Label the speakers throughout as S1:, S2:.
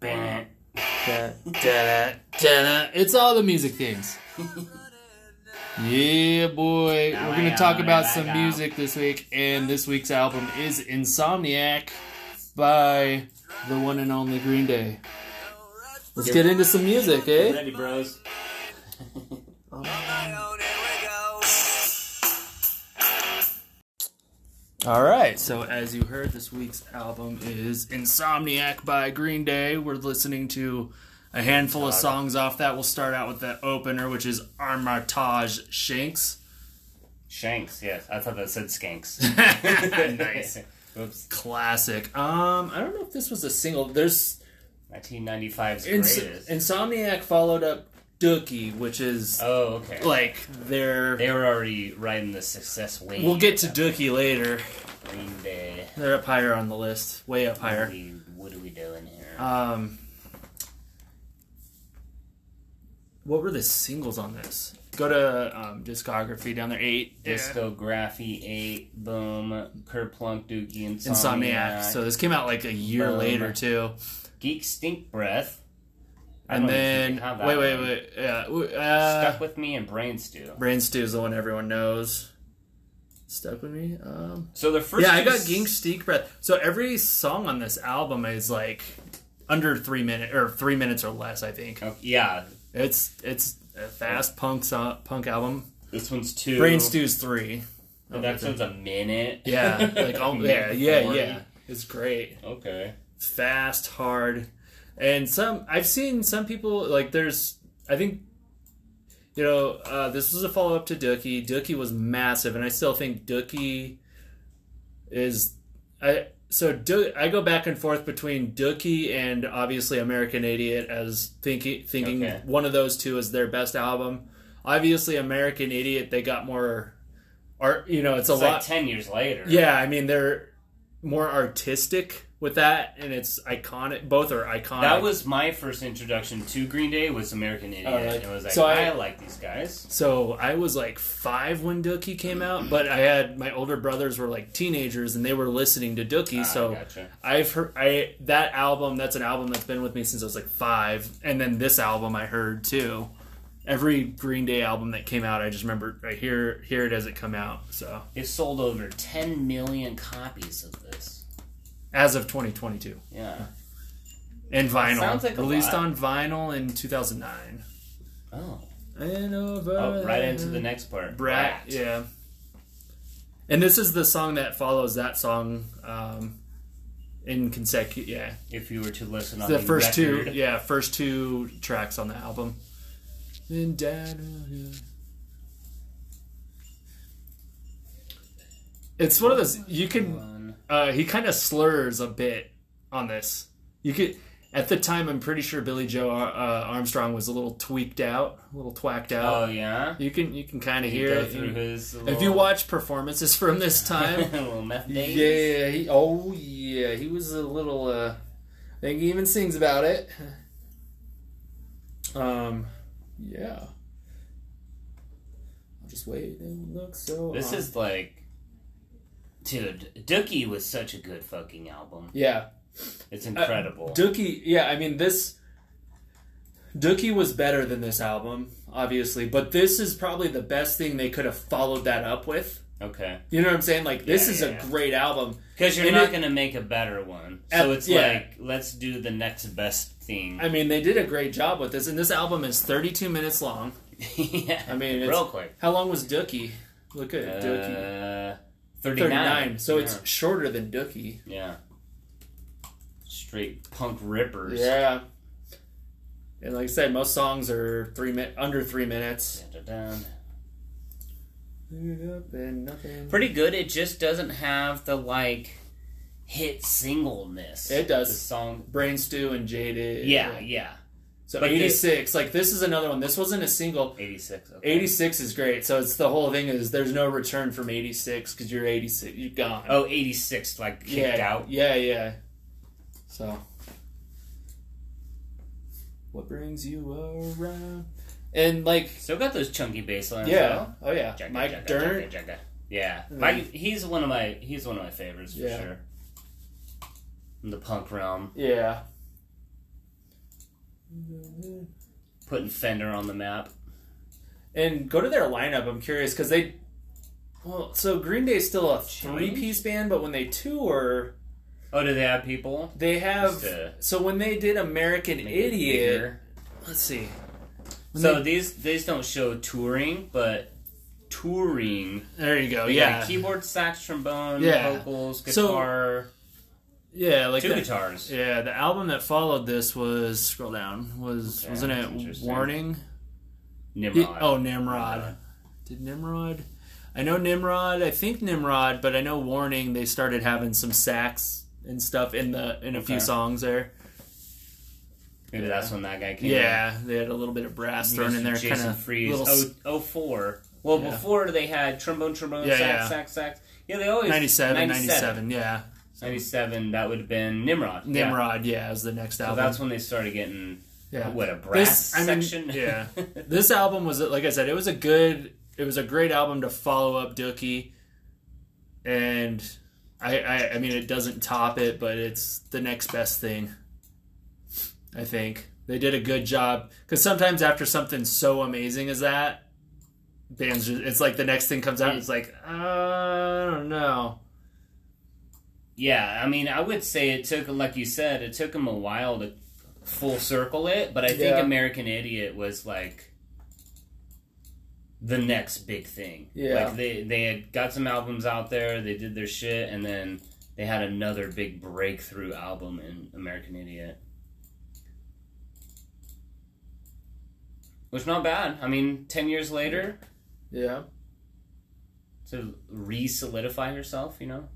S1: Da, da, da, It's all the music things. Yeah, boy. We're going to talk about some music this week, and this week's album is Insomniac by the one and only Green Day. Let's get into some music,
S2: Get
S1: eh?
S2: ready, bros.
S1: All right. So, as you heard, this week's album is Insomniac by Green Day. We're listening to a handful of songs off that. We'll start out with the opener, which is Armitage Shanks.
S2: Shanks, yes. I thought that said skanks.
S1: Nice.
S2: Oops.
S1: Classic. Um, I don't know if this was a single. There's
S2: 1995's
S1: Ins-
S2: greatest.
S1: Insomniac followed up Dookie, which is
S2: oh, okay.
S1: like their.
S2: They were already riding the success wave.
S1: We'll get to Dookie later.
S2: Green Day.
S1: They're up higher on the list, way up
S2: What are
S1: higher.
S2: we, what are we doing here?
S1: Um, what were the singles on this? Go to um, discography down there. Eight.
S2: Discography 8, Boom, Kerplunk, Dookie, Insomniac. Um,
S1: Insomniac. So this came out like a year
S2: Boom.
S1: later too.
S2: Geek Stink Breath. I
S1: And
S2: don't even
S1: then
S2: think I have that
S1: wait, wait,
S2: one.
S1: wait. Yeah. w- Uh,
S2: Stuck with me and Brain Stew.
S1: Brain Stew is the one everyone knows. Stuck with me. Um,
S2: So the first
S1: yeah, I
S2: two
S1: got
S2: s-
S1: Ging Steak Breath. So every song on this album is like under three minutes or three minutes or less. I think
S2: Oh, yeah,
S1: it's it's a fast punk song, punk album.
S2: this one's two.
S1: Brain Stew's three.
S2: The next one's a minute.
S1: Yeah, like oh yeah,
S2: Minute
S1: yeah,
S2: 40.
S1: yeah. It's great,
S2: Okay.
S1: fast, hard, and some. I've seen some people like there's. I think, you know, uh, this was a follow up to Dookie. Dookie was massive, and I still think Dookie is. I so Do, I go back and forth between Dookie and obviously American Idiot as thinking thinking
S2: Okay.
S1: one of those two is their best album. Obviously, American Idiot they got more. Art, you know, it's, a
S2: It's
S1: lot.
S2: like 10 years later.
S1: Yeah, I mean they're more artistic with that, and it's iconic. Both are iconic.
S2: That was my first introduction to Green Day was American Idiot.
S1: Alright.
S2: And it was like,
S1: So I-
S2: I, like these guys.
S1: so I was like five when Dookie came out, but I had my older brothers were like teenagers, and they were listening to Dookie. so
S2: Ah, gotcha.
S1: I've heard I that album. That's an album that's been with me since I was like five, and then this album I heard too. Every Green Day album that came out, I just remember I hear hear it as it come out. So
S2: It sold over 10 million copies of this.
S1: as of 2022,
S2: Yeah.
S1: and vinyl
S2: sounds like a
S1: released
S2: lot.
S1: on vinyl in 2009.
S2: Oh.
S1: And over.
S2: Oh, right into the next part.
S1: brat. Yeah. And this is the song that follows that song um, in consecutive. Yeah,
S2: If you were to listen on
S1: the first two.
S2: record.
S1: Yeah, first two tracks on the album. Then down- It's one of those you can.
S2: One.
S1: Uh, he kind of slurs a bit on this. You could. At the time, I'm pretty sure Billy Joe uh, Armstrong was a little tweaked out, a little twacked out.
S2: Oh, yeah?
S1: You can you can kind of hear
S2: Go
S1: it.
S2: through his
S1: If
S2: little-
S1: you watch performances from this time,
S2: little meth days.
S1: yeah, he, oh yeah, he was a little. Uh, I think he even sings about it. Um, yeah. I'll just wait and look so. um,
S2: This
S1: on.
S2: is like, dude, Dookie was such a good fucking album.
S1: yeah,
S2: It's
S1: Uh,
S2: incredible.
S1: Dookie, yeah, I mean this. Dookie was better than this album, obviously, but this is probably the best thing they could have followed that up with.
S2: okay,
S1: You know what I'm saying? Like this
S2: Yeah,
S1: is
S2: yeah,
S1: a
S2: yeah.
S1: great album.
S2: because you're
S1: And
S2: not
S1: it-
S2: gonna make a better one,
S1: At-
S2: so it's
S1: yeah.
S2: like let's do the next best thing.
S1: I mean, they did a great job with this, and this album is 32 minutes long.
S2: yeah,
S1: I mean, it's,
S2: real quick.
S1: how long was Dookie? Look at Dookie.
S2: Uh, 39.
S1: 39. So it's
S2: Yeah.
S1: shorter than Dookie.
S2: yeah, straight punk rippers.
S1: Yeah. And like I said, most songs are three min- under three minutes.
S2: Dun-dun-dun.
S1: And nothing.
S2: Pretty good. It just doesn't have the like hit singleness.
S1: It
S2: The
S1: does.
S2: song.
S1: Brain Stew and Jaded.
S2: Yeah, yeah.
S1: So
S2: But the-
S1: 86. like this is another one. This wasn't a single.
S2: 86. Okay.
S1: 86 is great. So it's the whole thing is there's no return from 86 because you're 86. You're gone.
S2: Oh, 86, like kicked
S1: yeah,
S2: out.
S1: Yeah, yeah. So, what brings you around? And like,
S2: Still got those chunky bass lines.
S1: yeah, oh yeah,
S2: though. Jugga,
S1: Mike Mm-hmm.
S2: jugga,
S1: Dern.
S2: jugga, jugga. Yeah,
S1: And
S2: Mike.
S1: then-
S2: He's one of my he's one of my favorites for
S1: Yeah.
S2: sure. In the punk realm,
S1: Yeah,
S2: Putting Fender on the map.
S1: And go to their lineup. I'm curious because they. Well, so Green Day's still a three piece band, but when they tour,
S2: Oh, do they have people?
S1: they have.
S2: Just to
S1: So when they did American
S2: make it
S1: Idiot,
S2: bigger?
S1: let's see. When
S2: So
S1: they-
S2: these these don't show touring, but touring.
S1: there you go.
S2: They
S1: yeah,
S2: got a keyboard, sax, trombone,
S1: Yeah.
S2: vocals,
S1: So,
S2: guitar,
S1: yeah, like
S2: two
S1: that-
S2: guitars.
S1: Yeah, the album that followed this was scroll down was
S2: Okay,
S1: wasn't
S2: that's
S1: it
S2: interesting.
S1: Warning?
S2: Nimrod.
S1: Yeah, oh, Nimrod.
S2: Nimrod.
S1: Did Nimrod? I know Nimrod. I think Nimrod, but I know Warning. They started having some sax and stuff in the in a few
S2: Okay.
S1: songs there.
S2: Maybe
S1: yeah.
S2: that's when that guy came.
S1: Yeah,
S2: in.
S1: they had a little bit of brass
S2: Mr.
S1: thrown in there,
S2: Jason
S1: kind of
S2: Freeze.
S1: little s-
S2: Oh, 04. Well,
S1: Yeah.
S2: before they had trombone, trombone,
S1: Yeah,
S2: sax,
S1: yeah.
S2: sax, sax. Yeah, they always
S1: 97, 97, Yeah,
S2: 97, That would have been Nimrod. Yeah.
S1: Nimrod. Yeah, was the next
S2: So
S1: album.
S2: that's when they started getting
S1: yeah,
S2: what a brass
S1: I mean,
S2: section.
S1: yeah. this album was like I said, it was a good, it was a great album to follow up Dookie, and I, I, I mean, it doesn't top it, but it's the next best thing. I think they did a good job because sometimes after something so amazing as that, bands, just, it's like the next thing comes out, and it's like uh, I don't know.
S2: yeah. I mean, I would say it took, like you said, it took them a while to full circle it, but I think
S1: Yeah.
S2: American Idiot was like the next big thing.
S1: Yeah.
S2: Like they they had got some albums out there, they did their shit, and then they had another big breakthrough album in American Idiot. Which not bad. I mean, ten years later
S1: Yeah,
S2: to re solidify yourself, you know?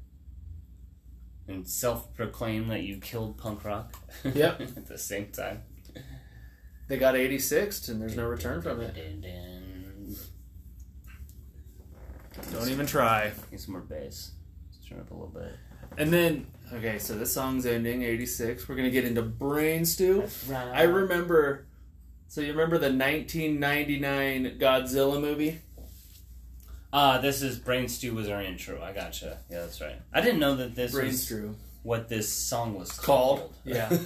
S2: And self proclaim that you killed punk rock.
S1: Yep.
S2: At the same time.
S1: they got 86th, and there's no return from it.
S2: Dun-dun-dun.
S1: Don't even try.
S2: Get some more bass. Let's turn up a little bit.
S1: And then okay, so this song's ending 86. We're gonna get into Brain Stew.
S2: Right.
S1: I remember. So you remember the 1999 Godzilla movie?
S2: Ah, this is Brain Stew was our intro. I gotcha. Yeah, that's right. I didn't know that this
S1: Brain
S2: was
S1: Stew.
S2: what this song was
S1: Called,
S2: called.
S1: yeah.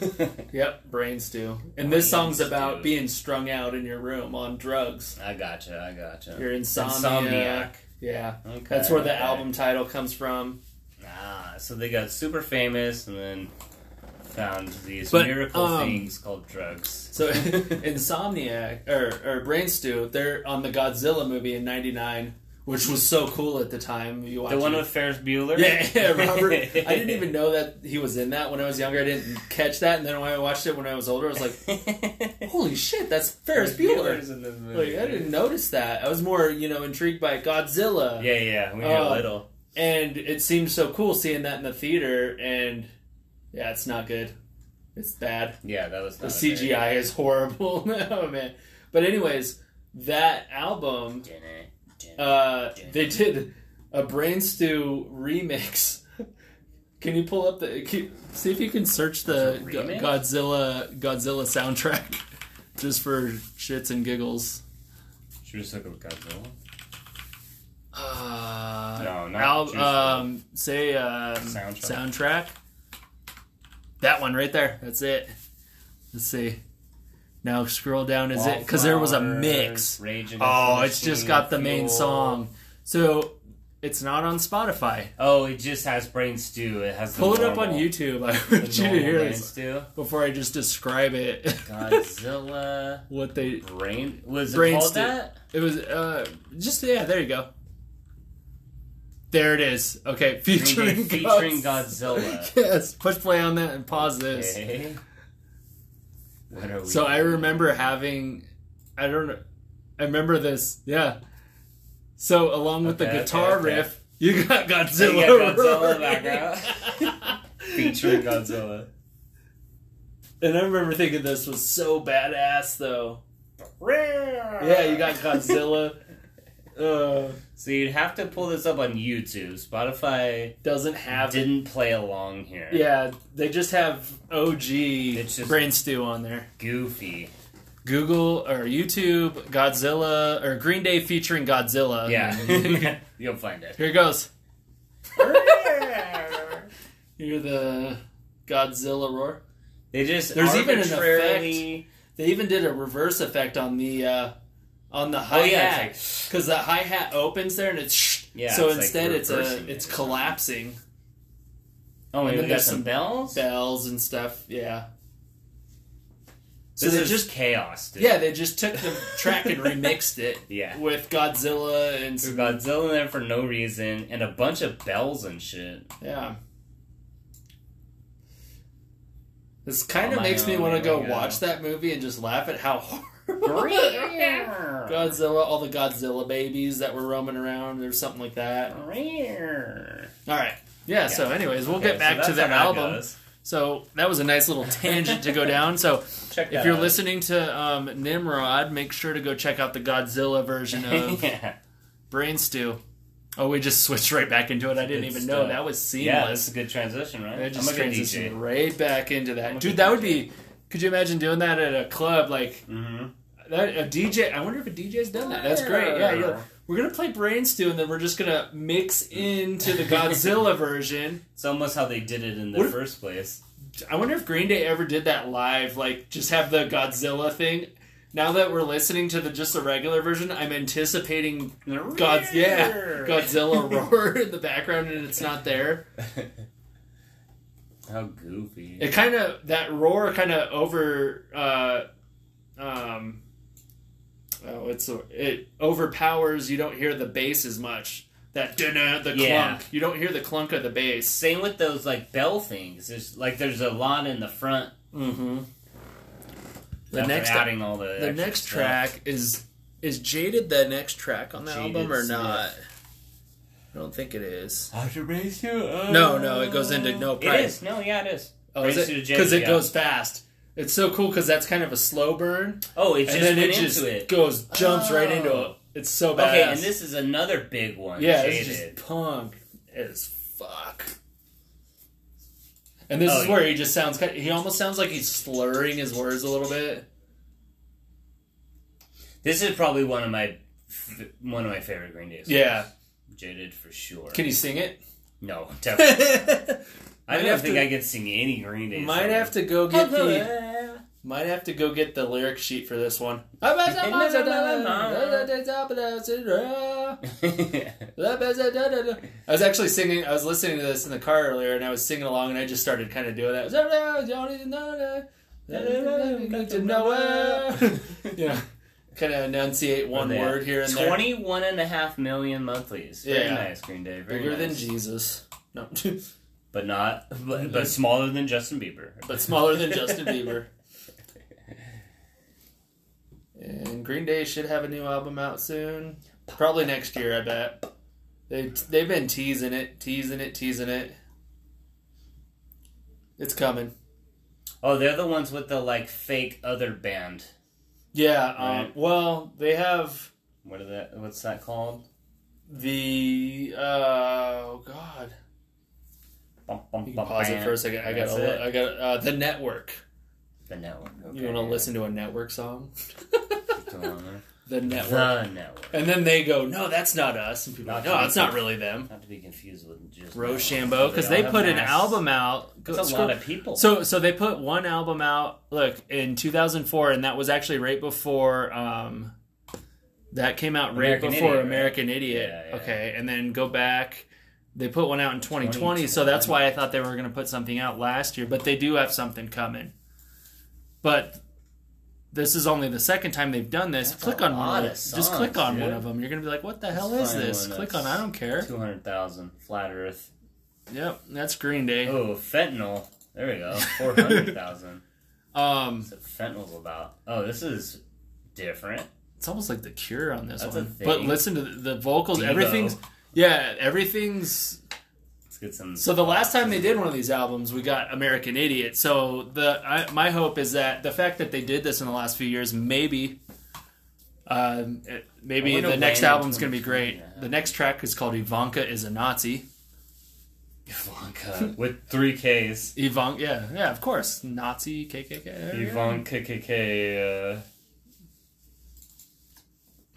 S1: Yep, Brain Stew. And this
S2: Brain
S1: song's
S2: Stew.
S1: about being strung out in your room on drugs.
S2: I gotcha. I gotcha.
S1: Your insomnia.
S2: Insomniac.
S1: Yeah,
S2: Okay.
S1: that's where the
S2: okay.
S1: album title comes from.
S2: Ah, so they got super famous and then found these
S1: But,
S2: miracle
S1: um,
S2: things called drugs.
S1: So Insomniac or or Brain Stew, they're on the Godzilla movie in '99, which was so cool at the time. You watch
S2: the one
S1: it.
S2: with Ferris Bueller.
S1: Yeah, yeah, Robert. I didn't even know that he was in that when I was younger. I didn't catch that, and then when I watched it when I was older, I was like, "Holy shit, that's Ferris Bueller!"
S2: Bueller's in this movie.
S1: Like I didn't notice that. I was more, you know, intrigued by Godzilla,
S2: Yeah, yeah. When you're
S1: Uh,
S2: little,
S1: and it seemed so cool seeing that in the theater. And yeah, it's not good. It's bad.
S2: yeah, that was
S1: The
S2: not a
S1: CGI is horrible. oh man. But anyways, that album
S2: very-
S1: Uh, they did a brain stew remix. Can you pull up the? Can, see if you can search the
S2: It's a
S1: Go-
S2: remix?
S1: Godzilla Godzilla soundtrack, just for shits and giggles.
S2: Should we just look at Godzilla?
S1: Uh,
S2: No, not
S1: al-
S2: Juice
S1: um, say um,
S2: Soundtrack.
S1: soundtrack. That one right there. That's it. Let's see. Now scroll down. Is it because there was a mix?
S2: Wallflowers, Rage Against
S1: Oh,
S2: the
S1: it's just
S2: Machine,
S1: got the main
S2: Fuel.
S1: song. So it's not on Spotify.
S2: Oh, it just has brain stew. It has the
S1: Pull it up on
S2: normal-
S1: YouTube. I
S2: the
S1: want you to
S2: normal
S1: hear
S2: brain
S1: this
S2: stew.
S1: before I just describe it.
S2: Godzilla
S1: what they
S2: brain was
S1: Brain
S2: it called
S1: stew.
S2: that?
S1: it was uh just yeah, there you go. There it is. Okay,
S2: Green Day
S1: featuring
S2: featuring
S1: Gods-
S2: Godzilla.
S1: yes, push play on that and pause this.
S2: Okay. What are we?
S1: So I remember having, I don't know, I remember this. Yeah. So along with
S2: Okay,
S1: the
S2: okay,
S1: guitar
S2: okay.
S1: riff, you got
S2: You
S1: Godzilla.
S2: got Godzilla in the
S1: roaring.
S2: background. featuring Godzilla.
S1: And I remember thinking this was so badass, though.
S2: Yeah,
S1: Yeah, you got Godzilla. uh,
S2: so you'd have to pull this up on YouTube. Spotify
S1: doesn't have it.
S2: didn't play along here.
S1: Yeah, they just have OG
S2: It's just-
S1: brain stew on there.
S2: Goofy.
S1: Google or YouTube Godzilla or Green Day featuring Godzilla.
S2: Yeah. You'll find it.
S1: Here it goes. Hear the Godzilla roar.
S2: they just
S1: There's even an
S2: arbitrarily
S1: They even did a reverse effect on the uh, on the
S2: Oh
S1: hi
S2: yeah,
S1: hat
S2: it's
S1: because the hi hat opens there and it's sh-
S2: Yeah,
S1: So
S2: it's like
S1: instead, it's
S2: reversing
S1: a
S2: it.
S1: it's collapsing
S2: like, oh,
S1: and
S2: and
S1: then
S2: we got
S1: there's
S2: some
S1: some
S2: bells.
S1: bells and stuff. Yeah. So
S2: This
S1: they
S2: is
S1: just
S2: just chaos. Dude.
S1: yeah they just took the track and remixed it
S2: yeah.
S1: with Godzilla and
S2: There's
S1: some,
S2: Godzilla in there for no reason, and a bunch of bells and shit.
S1: yeah. This kind
S2: On
S1: of
S2: my
S1: makes me
S2: own,
S1: want to
S2: here
S1: go
S2: we go.
S1: watch that movie and just laugh at how hard
S2: Godzilla.
S1: Godzilla, all the Godzilla babies that were roaming around, or something like that. All right. Yeah, so anyways, we'll get back to
S2: that
S1: that album. So that was a nice little tangent to go down. So
S2: Check that
S1: if you're
S2: out.
S1: listening to um, Nimrod, make sure to go check out the Godzilla version of
S2: yeah,
S1: Brain Stew. Oh, we just switched right back into it. I didn't
S2: Good
S1: even
S2: stuff.
S1: know that was
S2: yeah, that's
S1: seamless.
S2: a good transition, right?
S1: I
S2: I'm
S1: just
S2: a good
S1: transitioned
S2: DJ.
S1: right back into
S2: I'm
S1: that,
S2: a
S1: dude.
S2: good
S1: That would
S2: DJ.
S1: be. Could you imagine doing that at a club? Like
S2: Mm-hmm.
S1: that, a DJ. I wonder if a DJ's done that. That's great. Yeah, you're like, we're gonna play Brain Stew, and then we're just gonna mix into the Godzilla version.
S2: It's almost how they did it in the
S1: What if-
S2: first place.
S1: I wonder if Green Day ever did that live, like just have the Godzilla thing. Now that we're listening to the just the regular version, I'm anticipating God's yeah Godzilla roar in the background, and it's not there.
S2: How goofy.
S1: It kind of that roar kind of over, uh, um, oh, it's it overpowers. You don't hear the bass as much. That dinner, the
S2: Yeah.
S1: clunk. You don't hear the clunk of the bass.
S2: Same with those like bell things. There's like there's a lot in the front.
S1: Mm-hmm. The
S2: after
S1: next
S2: adding all the
S1: the
S2: extra
S1: next
S2: stuff.
S1: track is is jaded the next track on the
S2: Jaded
S1: album or
S2: Smith.
S1: not i don't think it is
S2: How to raise you? up.
S1: No, no, it goes into no pride.
S2: It is. No, yeah, it is.
S1: oh is
S2: Race
S1: it
S2: to the
S1: because it
S2: Jaded,
S1: goes fast it's so cool because that's kind of a slow burn
S2: Oh, it just
S1: and then
S2: went
S1: it just
S2: into it.
S1: goes jumps right into it
S2: Oh.
S1: it's so bad
S2: Okay, and this is another big one.
S1: yeah
S2: Jaded.
S1: it's just punk as fuck and this
S2: Oh,
S1: is
S2: yeah.
S1: where he just sounds kind he almost sounds like he's slurring his words a little bit
S2: This is probably one of my f- one of my favorite Green Days.
S1: yeah
S2: Jaded for sure.
S1: can you sing it
S2: no, definitely. I
S1: Might
S2: don't
S1: have
S2: think
S1: to-
S2: I could sing any Green Day.
S1: might
S2: song.
S1: have to go get the Might have to go get the lyric sheet for this one. I was actually singing, I was listening to this in the car earlier and I was singing along and I just started kind of doing that. You know, kind of enunciate one
S2: Yeah.
S1: word here and there.
S2: 21 and a half million monthlies. Very
S1: Yeah.
S2: nice, Green Day. Very
S1: Bigger than
S2: nice.
S1: Jesus. No,
S2: But not, but, but smaller than Justin Bieber.
S1: Mm-hmm. but smaller than Justin Bieber. And Green Day should have a new album out soon. Probably next year, I bet. They they've been teasing it, teasing it, teasing it. It's coming.
S2: Oh, they're the ones with the like fake other band.
S1: Yeah. Um,
S2: Right.
S1: Well, they have
S2: What are that? What's that called?
S1: the uh, oh god.
S2: Bum, bum,
S1: You can
S2: bum,
S1: pause it
S2: bam.
S1: for a second. I got
S2: That's it.
S1: I got uh, the network.
S2: the network. Okay.
S1: You want to listen to a network song?
S2: Come on, man.
S1: the network.
S2: The network.
S1: And then they go, no, that's not us. And people are
S2: Not
S1: like, no,
S2: you.
S1: it's not really them.
S2: Not to be confused with just
S1: Rochambeau because
S2: all
S1: they
S2: have
S1: put an
S2: masks.
S1: album out. Go-
S2: That's a
S1: scroll-
S2: lot of people.
S1: so so they put one album out. Look in 2004, and that was actually right before. Um, that came out right
S2: American
S1: before
S2: Idiot, right?
S1: American Idiot.
S2: Yeah, yeah.
S1: Okay, and then go back. They put one out in 2020, so that's why I thought they were going to put something out last year. But they do have something coming. But this is only the second time they've done this.
S2: That's
S1: click
S2: a
S1: on one.
S2: lot
S1: Of,
S2: of
S1: just click
S2: songs,
S1: on one
S2: dude.
S1: of them. You're going to be like, "What the hell
S2: Let's
S1: is
S2: find
S1: this?"
S2: one
S1: Click on.
S2: that's
S1: I don't care.
S2: Two hundred thousand flat Earth.
S1: Yep, that's Green Day.
S2: Oh, fentanyl. There we go. Four hundred thousand.
S1: Um,
S2: That's what fentanyl's about. Oh, this is different.
S1: it's almost like the Cure on this
S2: That's a
S1: one.
S2: thing.
S1: But listen to the, the vocals.
S2: Devo.
S1: Everything's yeah, everything's.
S2: Let's get some.
S1: So the last time they did one of these albums, we got American Idiot. So the I, my hope is that the fact that they did this in the last few years, maybe, um, it-
S2: I
S1: maybe
S2: wonder
S1: the next
S2: when
S1: album's going to be great.
S2: 2020, yeah.
S1: The next track is called Ivanka is a Nazi.
S2: Ivanka with three Ks.
S1: Ivanka, yeah, yeah, of course, Nazi KKK. there you go.
S2: Ivanka KK. Uh,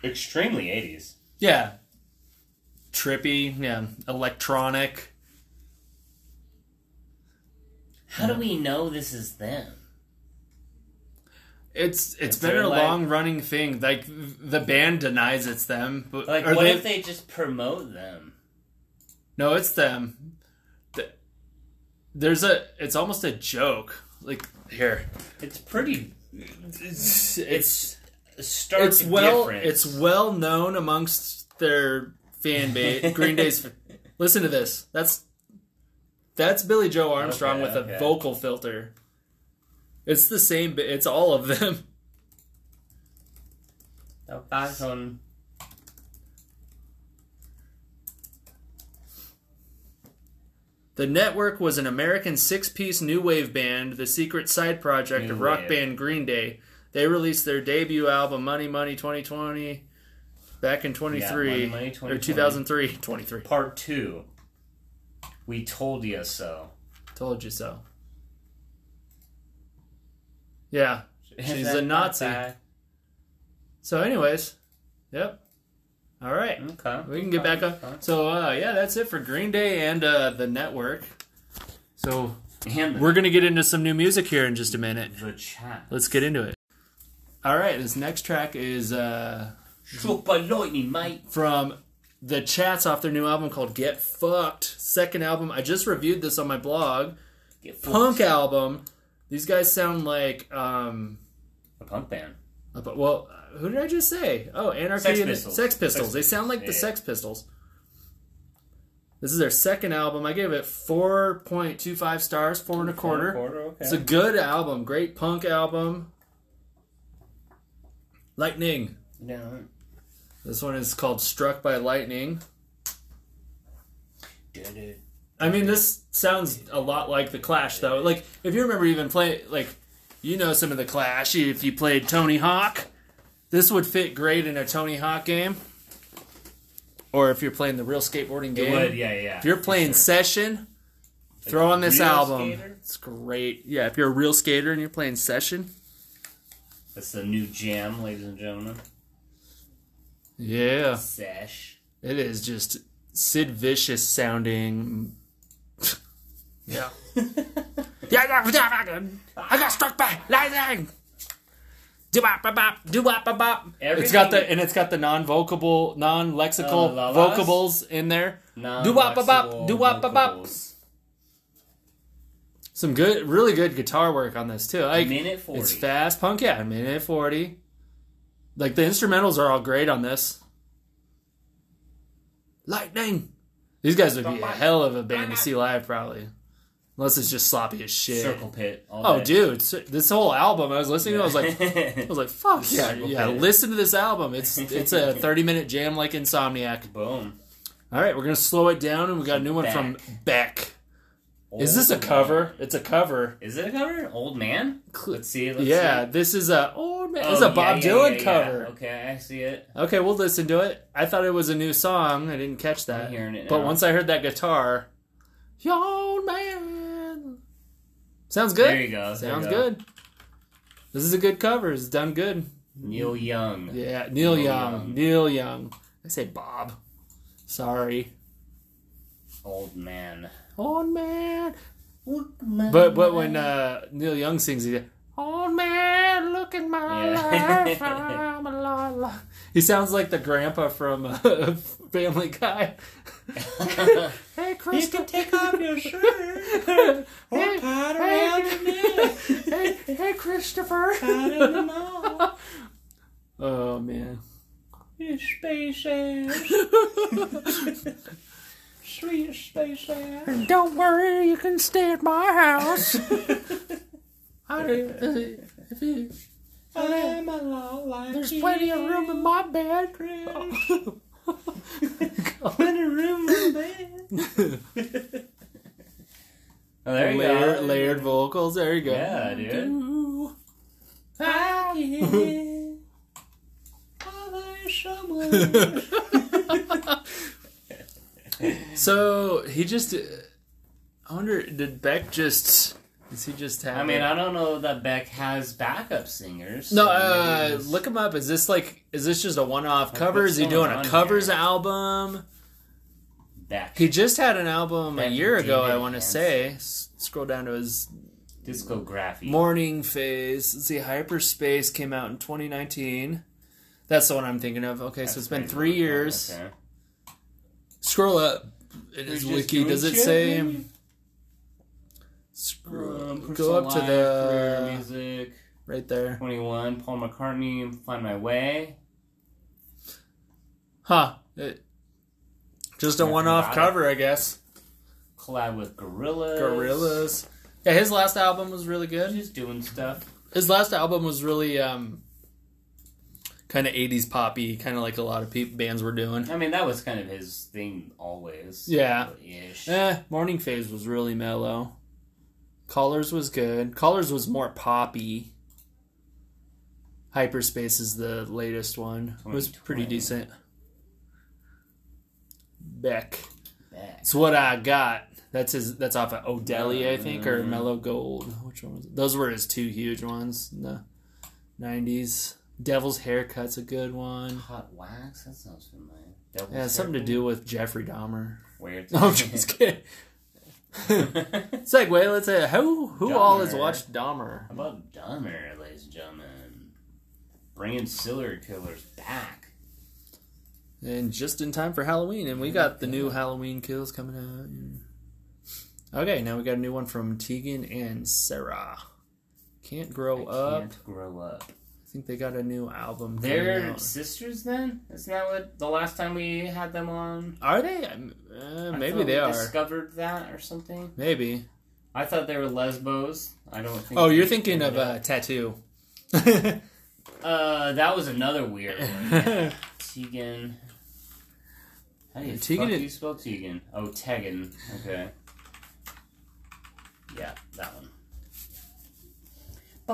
S2: extremely eighties.
S1: Yeah. Trippy, yeah, electronic.
S2: How do we know this is them?
S1: It's it's
S2: Is
S1: been
S2: there,
S1: a
S2: like-
S1: long running thing. Like the band denies it's them, but
S2: Like,
S1: or
S2: what
S1: they-
S2: if they just promote them?
S1: no, it's them. Th- There's a. It's almost a joke. Like here,
S2: It's pretty.
S1: it's it's,
S2: It's a stark
S1: well
S2: difference.
S1: it's well known amongst their fan base. Green Day's. Listen to this. That's that's Billy Joe Armstrong
S2: Okay,
S1: with a
S2: okay.
S1: vocal filter. It's the same. but It's all of them.
S2: The baton.
S1: The Network was an American six piece new wave band, the secret side project
S2: New
S1: of rock
S2: wave.
S1: band Green Day. They released their debut album, Money Money 2020, back in 23,
S2: Yeah, Money Money 2020.
S1: or 2003. 23.
S2: Part two. We told you so.
S1: Told you so. Yeah.
S2: Is
S1: She's
S2: that
S1: a Nazi.
S2: not
S1: So, anyways, yep. All right.
S2: bad? Okay.
S1: We can get back up. So, uh, yeah, that's it for Green Day and uh, the Network. So,
S2: And
S1: we're going to get into some new music here in just a minute.
S2: the chat.
S1: Let's get into it. All right, this next track is uh,
S2: Struck by lightning, mate.
S1: from the Chats off their new album called Get Fucked. Second album. I just reviewed this on my blog.
S2: Get
S1: Punk album. These guys sound like um,
S2: A punk band.
S1: uh, but- well, uh, who did I just say? Oh, Anarchy
S2: Sex
S1: and
S2: Pistols.
S1: Sex Pistols.
S2: Sex
S1: They sound like the
S2: Pistols, yeah.
S1: Sex Pistols. This is their second album. I gave it four point two five stars, four and a quarter.
S2: okay.
S1: It's a good album, great punk album. Lightning.
S2: no.
S1: This one is called Struck by Lightning.
S2: Did
S1: I mean, this sounds a lot like The Clash, though. Like, if you remember even play, like, you know some of The Clash if you played Tony Hawk. This would fit great in a Tony Hawk game. Or if you're playing the real skateboarding game.
S2: would, yeah, yeah.
S1: If you're playing Session, throw on this
S2: real
S1: album.
S2: skater?
S1: It's great. Yeah, if you're a real skater and you're playing Session.
S2: That's the new jam, ladies and gentlemen.
S1: Yeah.
S2: Sesh.
S1: It is just Sid Vicious sounding. yeah. yeah. yeah, yeah, I got struck by lightning. Do bop bop bop do bop bop bop. It's got the and it's got the non-vocable,
S2: Uh,
S1: non-lexical
S2: la-las?
S1: vocables in there. Do-wop-a-bop, do-wop-a-bop.
S2: vocals.
S1: Some good, really good guitar work on this too. Like
S2: Minute 40.
S1: it's fast punk. Yeah, minute forty. Like the instrumentals are all great on this. Lightning. These guys would be a hell of a band to see live, probably. Unless it's just sloppy as shit.
S2: Circle pit. All
S1: Oh,
S2: day.
S1: dude, s- this whole album I was listening to, I was like, I
S2: like,
S1: was like, fuck yeah,
S2: Circle
S1: yeah.
S2: pit.
S1: Listen to this album. It's it's a thirty minute jam like Insomniac.
S2: boom.
S1: All right, we're gonna slow it down, and we got a new one from Beck. Is this a
S2: Old
S1: cover?
S2: man.
S1: It's a cover.
S2: Is it a cover? Old man.
S1: Cl-
S2: Let's see. Let's
S1: yeah,
S2: See.
S1: this is a oh man,
S2: Oh,
S1: it's a
S2: yeah,
S1: Bob
S2: yeah, yeah,
S1: Dylan
S2: yeah.
S1: cover.
S2: Okay, I see it.
S1: Okay, we'll listen to it. I thought it was a new song. I didn't catch that.
S2: I'm hearing it
S1: But
S2: now.
S1: once I heard that guitar, yo man, sounds good.
S2: There you go. there
S1: Sounds
S2: you go.
S1: good. This is a good cover. It's done good.
S2: Neil Young.
S1: Yeah, Neil,
S2: Neil
S1: Young.
S2: Young.
S1: Neil Young. I say Bob. Sorry,
S2: Old man.
S1: oh man. But but when uh, Neil Young sings, he "Oh man, look at my
S2: Yeah.
S1: life, I'm a la la." He sounds like the grandpa from uh, Family Guy. hey,
S2: you
S1: Krista.
S2: can take off your shirt.
S1: hey,
S2: Or
S1: hey,
S2: pat around your neck.
S1: hey, Christopher.
S2: I don't know.
S1: oh man.
S2: You spaces. Sweet spaces.
S1: Don't worry, you can stay at my house. I, uh, if you,
S2: I'm a lot like
S1: there's plenty of room in my bed.
S2: Plenty of room in bed. oh, there you
S1: layered,
S2: go.
S1: layered vocals. There you go.
S2: Yeah, dude.
S1: Ooh.
S2: I can someone.
S1: So he just. uh, I wonder, did Beck just? Is he just having?
S2: I mean, I don't know that Beck has backup singers.
S1: no.
S2: so
S1: Uh,
S2: maybe it's-
S1: look him up. Is this like? Is this just a one-off
S2: Like,
S1: cover?
S2: what's
S1: Is he
S2: going
S1: doing a
S2: on
S1: covers
S2: here?
S1: album?
S2: Beck.
S1: He just had an album a
S2: Beck
S1: year ago.
S2: David
S1: I want to
S2: Vance.
S1: say. S- scroll down to his
S2: Discography.
S1: Morning Phase. Let's see, Hyperspace came out in 2019. That's the one I'm thinking of. Okay, so it's been three years.
S2: Okay.
S1: Scroll up. In
S2: We're
S1: his
S2: just
S1: wiki,
S2: doing
S1: does it
S2: shit,
S1: say?
S2: maybe?
S1: Scroll.
S2: Um,
S1: go
S2: Personal
S1: up to
S2: Life, Career
S1: the
S2: music.
S1: right there.
S2: 21, Paul McCartney, Find My Way.
S1: Huh. It- just a
S2: Nothing
S1: one-off
S2: about
S1: cover, I guess.
S2: Collab with Gorilla.
S1: Gorillas. Yeah, his last album was really good.
S2: Just doing stuff.
S1: His last album was really um, kind of '80s poppy, kind of like a lot of peop bands were doing.
S2: I mean, that was kind of his thing always.
S1: Yeah.
S2: Ish.
S1: Eh, Morning Phase was really mellow. Colors was good. Colors was more poppy. Hyperspace is the latest one. It was pretty
S2: 2020.
S1: decent. Beck.
S2: Back.
S1: It's what I got. That's his. That's off of Odelli, I think, or
S2: Mm.
S1: Mellow Gold. Which one was it? Those were his two huge ones in the '90s. Devil's Haircut's a good one.
S2: Hot wax? That sounds familiar. Devil's
S1: Yeah, something to do with Jeffrey Dahmer.
S2: Weird.
S1: No, I'm just kidding. Segway. Let's say who who all has
S2: Dahmer.
S1: watched Dahmer.
S2: How about Dahmer, ladies and gentlemen? Bringing serial killers back.
S1: And just in time for Halloween, and we got the new Halloween kills coming out. Okay, now we got a new one from Tegan and Sarah. Can't grow
S2: I
S1: up.
S2: Can't grow up.
S1: I think they got a new album. coming
S2: They're
S1: out.
S2: sisters then? Isn't that what the last time we had them on?
S1: Are they? Um, Uh,
S2: I
S1: maybe
S2: thought
S1: they
S2: we
S1: are.
S2: Discovered that or something?
S1: Maybe.
S2: I thought they were lesbos. I don't think.
S1: Oh,
S2: they-
S1: you're thinking of uh, tattoo.
S2: Uh, that was another weird one. Yeah. Tegan. How do you,
S1: Tegan
S2: fuck
S1: is-
S2: do you spell Tegan? Oh, Tegan. Okay. Yeah, that one.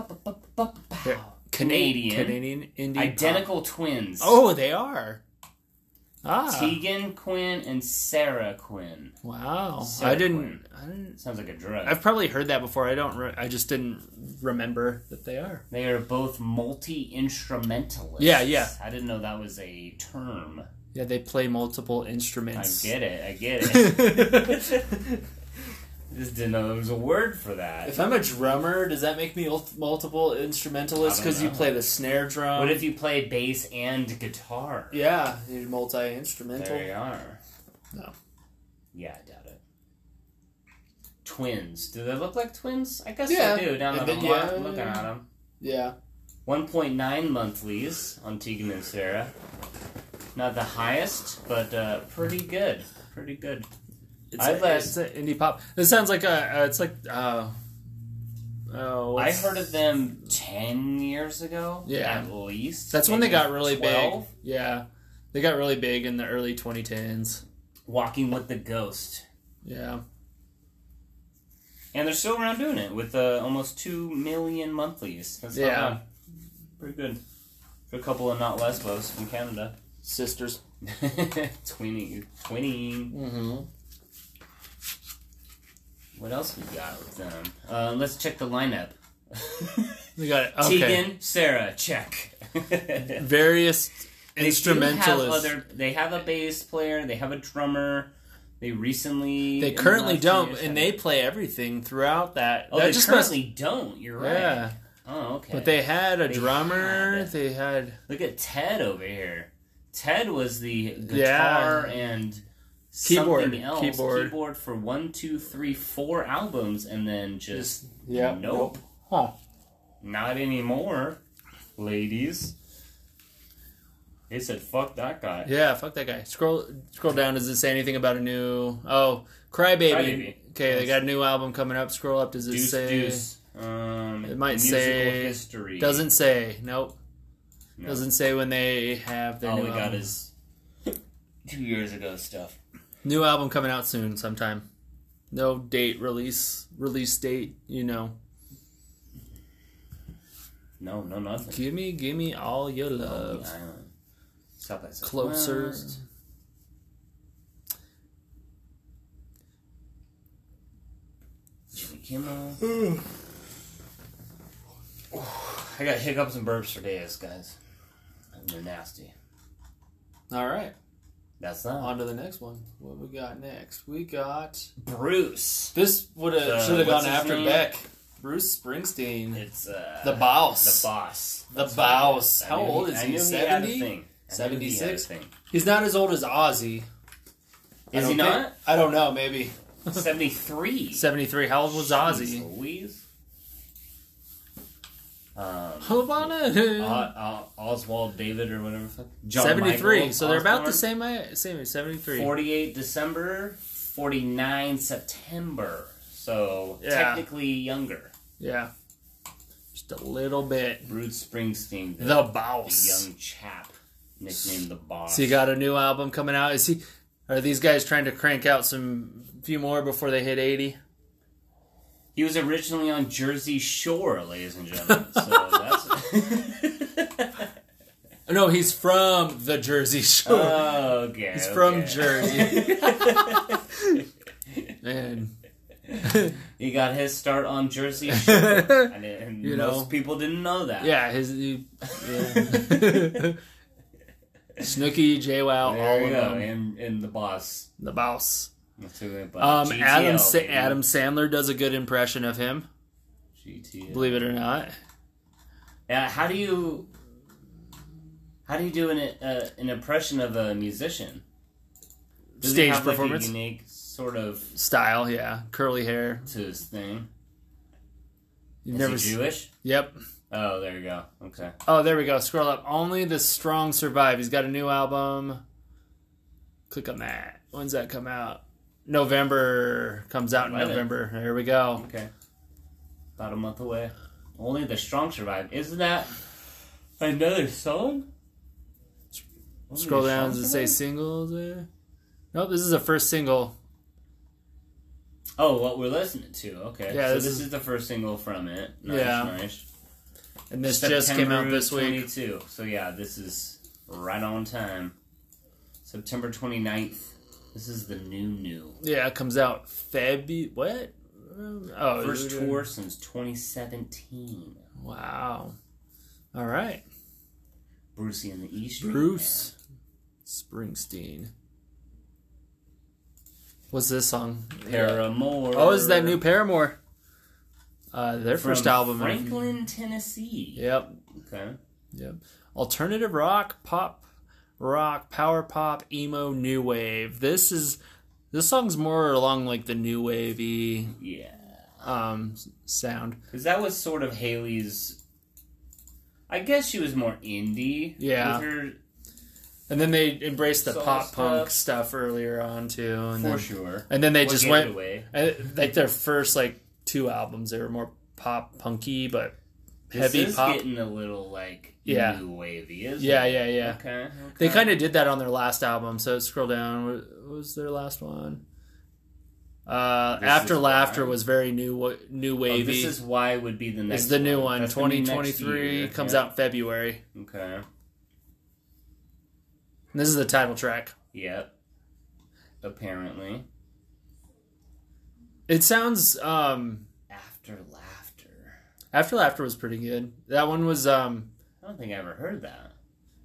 S2: Ba-ba-ba-ba-ba-pow. Canadian.
S1: Canadian indie. pop.
S2: Identical twins.
S1: Oh, they are. Ah.
S2: Tegan Quinn and Sarah Quinn.
S1: wow.
S2: Sarah
S1: I didn't.
S2: Quinn.
S1: I didn't.
S2: Sounds like a drug.
S1: I've probably heard that before. I don't. Re- I just didn't remember that they are.
S2: They are both multi instrumentalists.
S1: Yeah, yeah.
S2: I didn't know that was a term.
S1: Yeah, they play multiple
S2: I
S1: instruments.
S2: get it. I get it. Just didn't know there was a word for that.
S1: if I'm a drummer, does that make me ul- multiple instrumentalist?
S2: I don't
S1: Because you
S2: know.
S1: play the snare drum.
S2: What if you play bass and guitar?
S1: Yeah, you're multi instrumental.
S2: There you are.
S1: No.
S2: Yeah, I doubt it. Twins. Do they look like twins? I guess
S1: Yeah.
S2: they do. Now that
S1: They-
S2: I'm
S1: yeah.
S2: lo- looking at them.
S1: Yeah.
S2: 1.9 monthlies on Tegan and Sarah. Not the highest, but uh, pretty good. Pretty good.
S1: It's,
S2: I've,
S1: a,
S2: uh,
S1: it's a indie pop. This sounds like a. Uh, it's like. Uh, oh,
S2: I
S1: what's-
S2: heard of them 10 years ago.
S1: Yeah.
S2: At least.
S1: That's when they
S2: Maybe
S1: got really
S2: 12.
S1: big. Yeah, they got really big in the early 2010s.
S2: Walking with the Ghost.
S1: Yeah,
S2: And they're still around doing it with uh, almost 2 million monthlies. That's not
S1: Yeah.
S2: bad. Pretty good. For a couple of not lesbos from Canada.
S1: sisters.
S2: Twinning. Twinning.
S1: Mm-hmm.
S2: What else we got with them? Uh, let's check the lineup.
S1: We got it. Okay.
S2: Tegan, Sarah, check. They
S1: Various
S2: do have
S1: instrumentalists.
S2: other- they have a bass player. They have a drummer. They recently.
S1: they
S2: in the
S1: currently
S2: last few
S1: don't,
S2: years,
S1: and they
S2: have-
S1: play everything throughout that.
S2: Oh,
S1: that
S2: they
S1: just must-
S2: currently don't. You're right.
S1: Yeah,
S2: Oh, okay.
S1: but they had a
S2: They
S1: drummer.
S2: had.
S1: They had
S2: Look at Ted over here. Ted was the
S1: Yeah.
S2: guitar and
S1: Keyboard,
S2: something else.
S1: keyboard.
S2: for one, two, three, four albums, and then just
S1: yeah.
S2: nope,
S1: Huh.
S2: not anymore, ladies. They said, "Fuck that guy."
S1: Yeah, fuck that guy. Scroll scroll down. Does it say anything about a new? Oh, Crybaby.
S2: Crybaby.
S1: Okay, they got a new album coming up. Scroll up. Does it
S2: Deuce,
S1: say?
S2: deuce. Um,
S1: It might
S2: musical
S1: say-
S2: history.
S1: Doesn't say. Nope.
S2: No.
S1: Doesn't say when they have their
S2: All
S1: new
S2: we
S1: album.
S2: got is two years ago stuff.
S1: new album coming out soon, sometime. No date release release date. You know.
S2: No, no, nothing.
S1: Gimme, gimme all your love.
S2: Island. Stop that.
S1: Closers.
S2: Jimmy Kimmel.
S1: Mm.
S2: I got hiccups and burps for days, guys. And They're nasty.
S1: All right,
S2: That's not
S1: on to the next one. What we got next? We got
S2: Bruce.
S1: this. Would have
S2: Uh,
S1: should have
S2: what's
S1: gone
S2: his
S1: after
S2: name?
S1: Beck. Bruce Springsteen,
S2: It's uh,
S1: the boss.
S2: The boss.
S1: The
S2: That's what I did.
S1: boss.
S2: I
S1: How
S2: knew
S1: old
S2: he-
S1: is
S2: I
S1: he?
S2: knew had a
S1: 70?
S2: thing. I knew he had a
S1: 76?
S2: thing.
S1: He's not as old as Ozzy. I
S2: Is he
S1: don't think-
S2: not?
S1: I don't know. Maybe
S2: Seventy three.
S1: seventy-three. How old was Ozzy?
S2: Louise. Um,
S1: Havana.
S2: O- O- Oswald David or whatever. the fuck- Uh, John
S1: Seventy-three.
S2: Michael
S1: so they're about the
S2: Osborne.
S1: same. age- Same age. Seventy-three.
S2: 48 December, 49 September. So
S1: Yeah.
S2: technically younger.
S1: Yeah, just a little bit.
S2: Bruce Springsteen, the,
S1: The
S2: the
S1: boss.
S2: young chap, nicknamed the boss.
S1: So you got a new album coming out. Is he? Are these guys trying to crank out some few more before they hit eighty?
S2: he was originally on Jersey Shore, ladies and gentlemen. So that's.
S1: No, he's from the Jersey Shore.
S2: oh, okay.
S1: he's
S2: okay.
S1: from Jersey. Man,
S2: He got his start on Jersey Shore. and and
S1: You
S2: most
S1: know.
S2: people didn't know that.
S1: yeah, his he, yeah. Snooki, JWoww, all
S2: There you
S1: of
S2: go.
S1: them.
S2: And, and the boss.
S1: The boss.
S2: That's who it was.
S1: Um, Adam
S2: GTL,
S1: Sa-
S2: baby.
S1: Adam Sandler does a good impression of him.
S2: GTL.
S1: Believe it or not,
S2: Yeah, Uh, how do you how do you do an uh, an impression of a musician? Does he
S1: Stage
S2: have, like, a
S1: performance?
S2: unique sort of
S1: style, yeah, curly hair.
S2: to his thing.
S1: You've
S2: Is
S1: never
S2: he
S1: seen.
S2: Jewish?
S1: Yep.
S2: Oh, there you go. Okay,
S1: Oh, there we go. Scroll up. Only the strong survive. He's got a new album. Click on that. When's that come out? November comes out in
S2: Right.
S1: November. There we go.
S2: okay. About a month away. Only the strong survive. Isn't that another song? Only
S1: Scroll
S2: the
S1: down.
S2: strong
S1: Does it say
S2: survive?
S1: singles there? Nope. This is the first single.
S2: Oh, what we're listening to? Okay,
S1: Yeah,
S2: so
S1: this
S2: this
S1: is-
S2: is... the first single from it. Nice,
S1: Yeah.
S2: nice.
S1: And this just came out this week.
S2: 22. So yeah, this is right on time. September 29th. This is the new new.
S1: Yeah, it comes out February. What? Um, Oh,
S2: First
S1: it's-
S2: tour since 2017.
S1: Wow. All right.
S2: Brucey and the E Street.
S1: Bruce Springsteen. What's this song?
S2: Band. Paramore.
S1: Oh, is that new Paramore? Uh, their
S2: From
S1: first album.
S2: Franklin, Tennessee.
S1: Yep.
S2: Okay.
S1: Yep. Alternative rock, pop, rock, power pop, emo, new wave. This is this song's more along like the new wavy
S2: Yeah.
S1: um s- sound.
S2: Because that was sort of Haley's. I guess she was more indie.
S1: Yeah.
S2: With her,
S1: And then they embraced the
S2: Soul
S1: pop punk
S2: stuff.
S1: stuff earlier on too. And
S2: for
S1: then,
S2: sure.
S1: and then they
S2: What
S1: just
S2: gave
S1: went
S2: it away.
S1: and, like their first like two albums. They were more pop punky, but
S2: This
S1: heavy
S2: is
S1: pop.
S2: getting a little like
S1: Yeah.
S2: new wavy, isn't
S1: yeah,
S2: it?
S1: yeah, yeah.
S2: Okay.
S1: They kind of did that on their last album. So scroll down. What was their last one? Uh,
S2: This
S1: After
S2: is
S1: Laughter
S2: why.
S1: was very new, wa- new
S2: Oh, this
S1: wavy.
S2: is why would be the next.
S1: is the new one.
S2: That's gonna be next
S1: 2023
S2: year.
S1: comes
S2: Yeah.
S1: out February.
S2: Okay.
S1: And this is the title track.
S2: Yep. Apparently,
S1: It sounds um,
S2: after laughter.
S1: After Laughter was pretty good. That one was um,
S2: I don't think I ever heard that.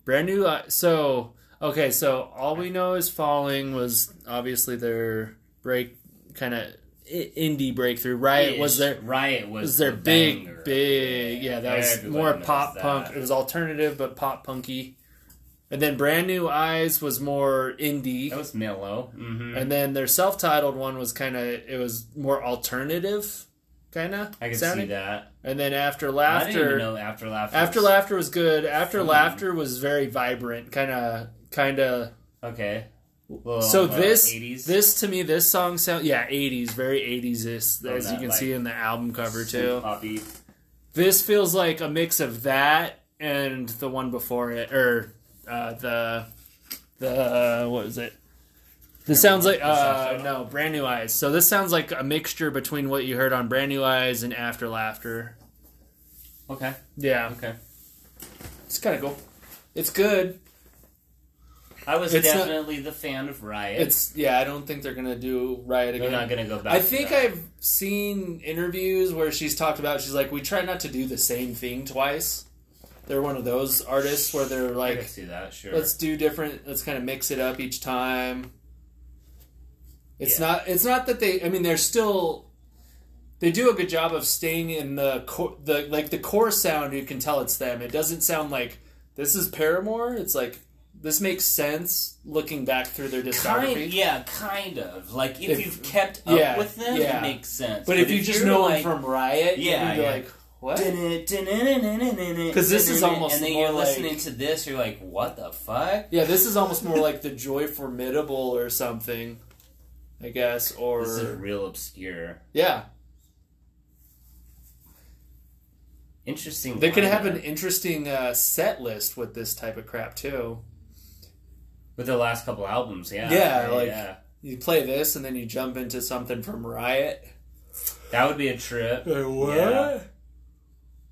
S1: brand new. Uh, so okay, so all we know is Falling was obviously their break, kind of indie breakthrough. Riot was
S2: Ish.
S1: their
S2: riot was,
S1: was their
S2: the
S1: big,
S2: banger.
S1: big, yeah, that was
S2: Everyone
S1: more
S2: knows
S1: pop
S2: that.
S1: punk. It was alternative, but pop punky. And then Brand New Eyes was more indie.
S2: That was mellow. hmm
S1: and then their self titled one was kind of, it was more alternative, kind of.
S2: I can see that.
S1: And then After
S2: I didn't even
S1: Laughter,
S2: know after laughter.
S1: After
S2: was-
S1: Laughter was good. After
S2: Hmm.
S1: Laughter was very vibrant, kind of, kind of.
S2: Okay. Well,
S1: So
S2: uh,
S1: this-
S2: 80s?
S1: This to me, this song sound, yeah, 80s, very 80s as
S2: Oh,
S1: as you
S2: that,
S1: can
S2: like,
S1: see in the album cover too.
S2: Sweet poppy.
S1: this feels like a mix of that and the one before it, or uh, the the what was it? This sounds like uh, no brand new eyes. So this sounds like a mixture between what you heard on brand new eyes and after laughter.
S2: Okay.
S1: Yeah,
S2: Okay.
S1: it's kind of cool. It's good.
S2: I was
S1: It's not-
S2: definitely the fan of riot.
S1: It's yeah. I don't think they're gonna do riot
S2: They're
S1: again.
S2: not gonna go back.
S1: I
S2: to
S1: think
S2: that.
S1: I've seen interviews where she's talked about. She's like, we try not to do the same thing twice. They're one of those artists where they're
S2: I
S1: like,
S2: can see that. Sure.
S1: let's do different let's kind of mix it up each time it's
S2: Yeah.
S1: not it's not that they i mean they're still they do a good job of staying in the core, the like the core sound. You can tell it's them. It doesn't sound like this is Paramore. It's like this makes sense looking back through their discography.
S2: Kind, yeah, kind of. Like if,
S1: If-
S2: you've kept up
S1: yeah,
S2: with them,
S1: yeah.
S2: it makes sense.
S1: but, if you just know
S2: like,
S1: them from Riot,
S2: Yeah,
S1: yeah, you're
S2: yeah.
S1: like what?
S2: because
S1: this is almost
S2: and then
S1: more
S2: you're listening
S1: like-
S2: to this, you're like, what the fuck?
S1: Yeah, this is almost more like the Joy Formidable or something, I guess. Or
S2: This is real obscure.
S1: yeah,
S2: Interesting.
S1: they could
S2: lineup.
S1: have an interesting uh, set list with this type of crap too.
S2: with their last couple albums. Yeah,
S1: Yeah, like-
S2: yeah.
S1: You play this and then you jump into something from Riot.
S2: that would be a trip.
S1: Like, what?
S2: Yeah.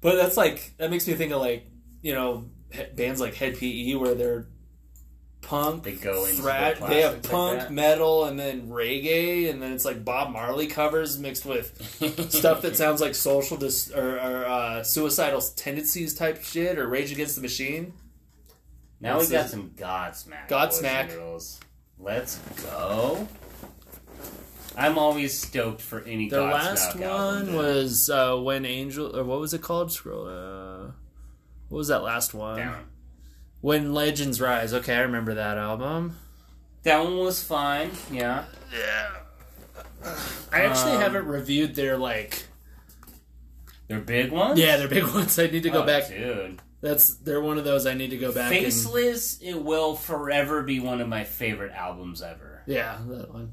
S1: But that's like that makes me think of like you know he- bands like Head PE where they're punk,
S2: They go into the
S1: thrash, they have
S2: classics like
S1: punk
S2: that.
S1: metal and then reggae, and then it's like Bob Marley covers mixed with stuff that sounds like social dis- or, or uh, suicidal tendencies type shit or Rage Against the Machine.
S2: now we
S1: This
S2: got
S1: is-
S2: some Godsmack. boys and
S1: Godsmack.
S2: girls. Let's go. I'm always stoked for any
S1: Their
S2: Godsmack
S1: last
S2: album,
S1: one
S2: dude.
S1: was uh, when Angel or what was it called? Scroll. Uh, what was that last one?
S2: Down.
S1: When Legends Rise. Okay, I remember that album.
S2: That one was fine. Yeah,
S1: I actually
S2: Um,
S1: haven't reviewed their like
S2: they're big ones.
S1: yeah their big ones. I need to go
S2: Oh,
S1: back.
S2: dude.
S1: That's they're one of those I need to go back. and,
S2: Faceless, it will forever be one of my favorite albums ever.
S1: yeah, that one.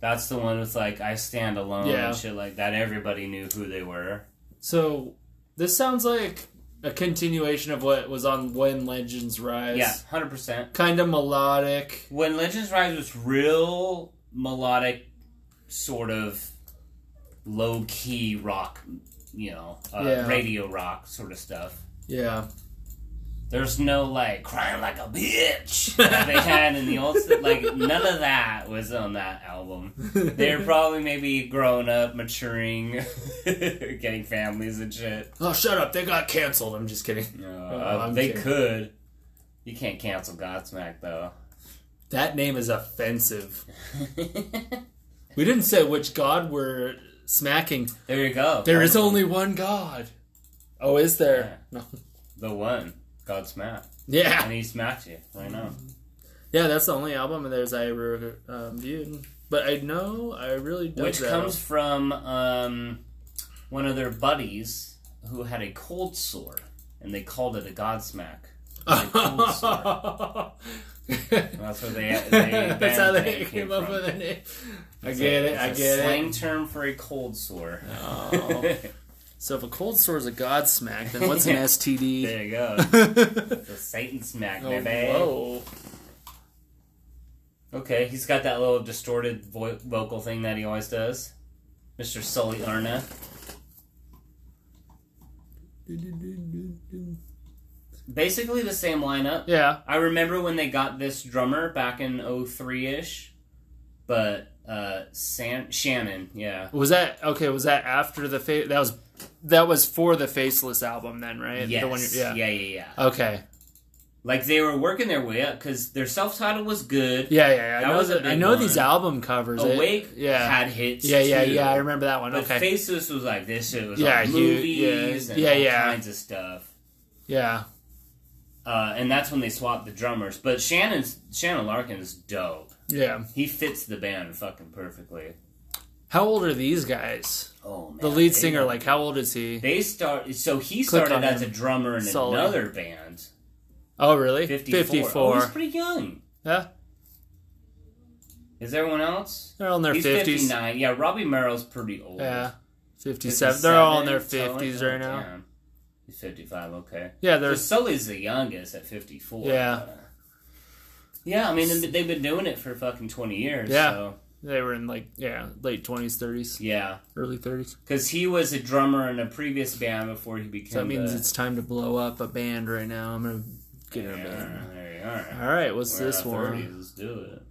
S2: That's the one with like I Stand Alone
S1: Yeah.
S2: and shit like that. Everybody knew who they were.
S1: So this sounds like a continuation of what was on When Legends Rise.
S2: Yeah, hundred percent.
S1: kind of melodic.
S2: When Legends Rise was real melodic, sort of low key rock, you know, uh,
S1: Yeah.
S2: radio rock sort of stuff.
S1: Yeah,
S2: There's no like crying like a bitch that they had in the old stuff. Like none of that was on that album. They're probably maybe grown up, maturing, getting families and shit.
S1: oh, shut up! They got canceled. I'm just kidding.
S2: Uh,
S1: I'm
S2: they
S1: kidding.
S2: could. You can't cancel Godsmack though.
S1: That name is offensive. We didn't say which god we're smacking.
S2: there you go.
S1: There is only one god. Oh, is there? No.
S2: The one. God smacked.
S1: Yeah.
S2: And he smacked you. Why not?
S1: Mm-hmm. Yeah, that's the only album of theirs I ever um, viewed. But I know I really dug
S2: Which
S1: that
S2: comes from um, one of their buddies who had a cold sore, and they called it a Godsmack.
S1: album.
S2: That's what they. they
S1: that's how
S2: band
S1: they
S2: name
S1: came up
S2: from.
S1: with the name. I
S2: It's a-
S1: get it.
S2: it's
S1: I
S2: a
S1: get
S2: slang
S1: it.
S2: term for a cold sore.
S1: Oh. So if a cold sore is a godsmack, then what's an STD?
S2: there you go.
S1: oh,
S2: It's a Satan smack, baby.
S1: whoa.
S2: Okay, he's got that little distorted vo- vocal thing that he always does. Mr. Sully Arna. Basically the same lineup.
S1: Yeah.
S2: I remember when they got this drummer back in 03 ish, but uh, San- Shannon, yeah.
S1: Was that okay? Was that after the fa- that was that was for the Faceless album then, right?
S2: Yes.
S1: The one you-
S2: yeah.
S1: yeah.
S2: yeah, yeah,
S1: Okay.
S2: Like they were working their way up because their self title was good.
S1: Yeah, yeah. yeah.
S2: That
S1: I know
S2: was a
S1: that. I
S2: big
S1: know these
S2: one.
S1: album covers. It-
S2: Awake
S1: yeah.
S2: had hits.
S1: Yeah, yeah,
S2: too.
S1: yeah. I remember that one.
S2: But
S1: Okay.
S2: Faceless was like this shit was
S1: Yeah,
S2: on
S1: huge,
S2: movies
S1: yeah.
S2: and
S1: Yeah,
S2: all
S1: yeah.
S2: kinds of stuff.
S1: yeah.
S2: Uh, and that's when they swapped the drummers. But Shannon's Shannon Larkin is dope.
S1: Yeah.
S2: He fits the band fucking perfectly.
S1: How old are these guys?
S2: Oh man.
S1: The lead
S2: they-
S1: singer, like, how old is he?
S2: They start so he
S1: Click
S2: started
S1: on
S2: as a
S1: him.
S2: drummer in
S1: Solid.
S2: another band.
S1: Oh, really?
S2: 54. Oh, he's pretty young.
S1: Yeah.
S2: Is everyone else?
S1: They're all in their
S2: he's
S1: 50s.
S2: 59. Yeah, Robbie Merrill's pretty old.
S1: Yeah. 57. They're all in their
S2: 57,
S1: 50s
S2: so,
S1: right now. Yeah,
S2: damn. He's 55, okay. So
S1: they're.
S2: Sully's the youngest at 54.
S1: Yeah.
S2: Uh, Yeah, I mean, they've been- they've been doing it for fucking 20 years.
S1: Yeah.
S2: So,
S1: They were in like yeah, late twenties, thirties,
S2: yeah.
S1: early thirties.
S2: Because he was a drummer in a previous band before he became
S1: So that means
S2: the-
S1: it's time to blow up a band right now. I'm gonna get
S2: Yeah,
S1: in a band.
S2: there you are.
S1: All right, what's
S2: We're in
S1: this
S2: our
S1: one?
S2: 30s, Let's do it.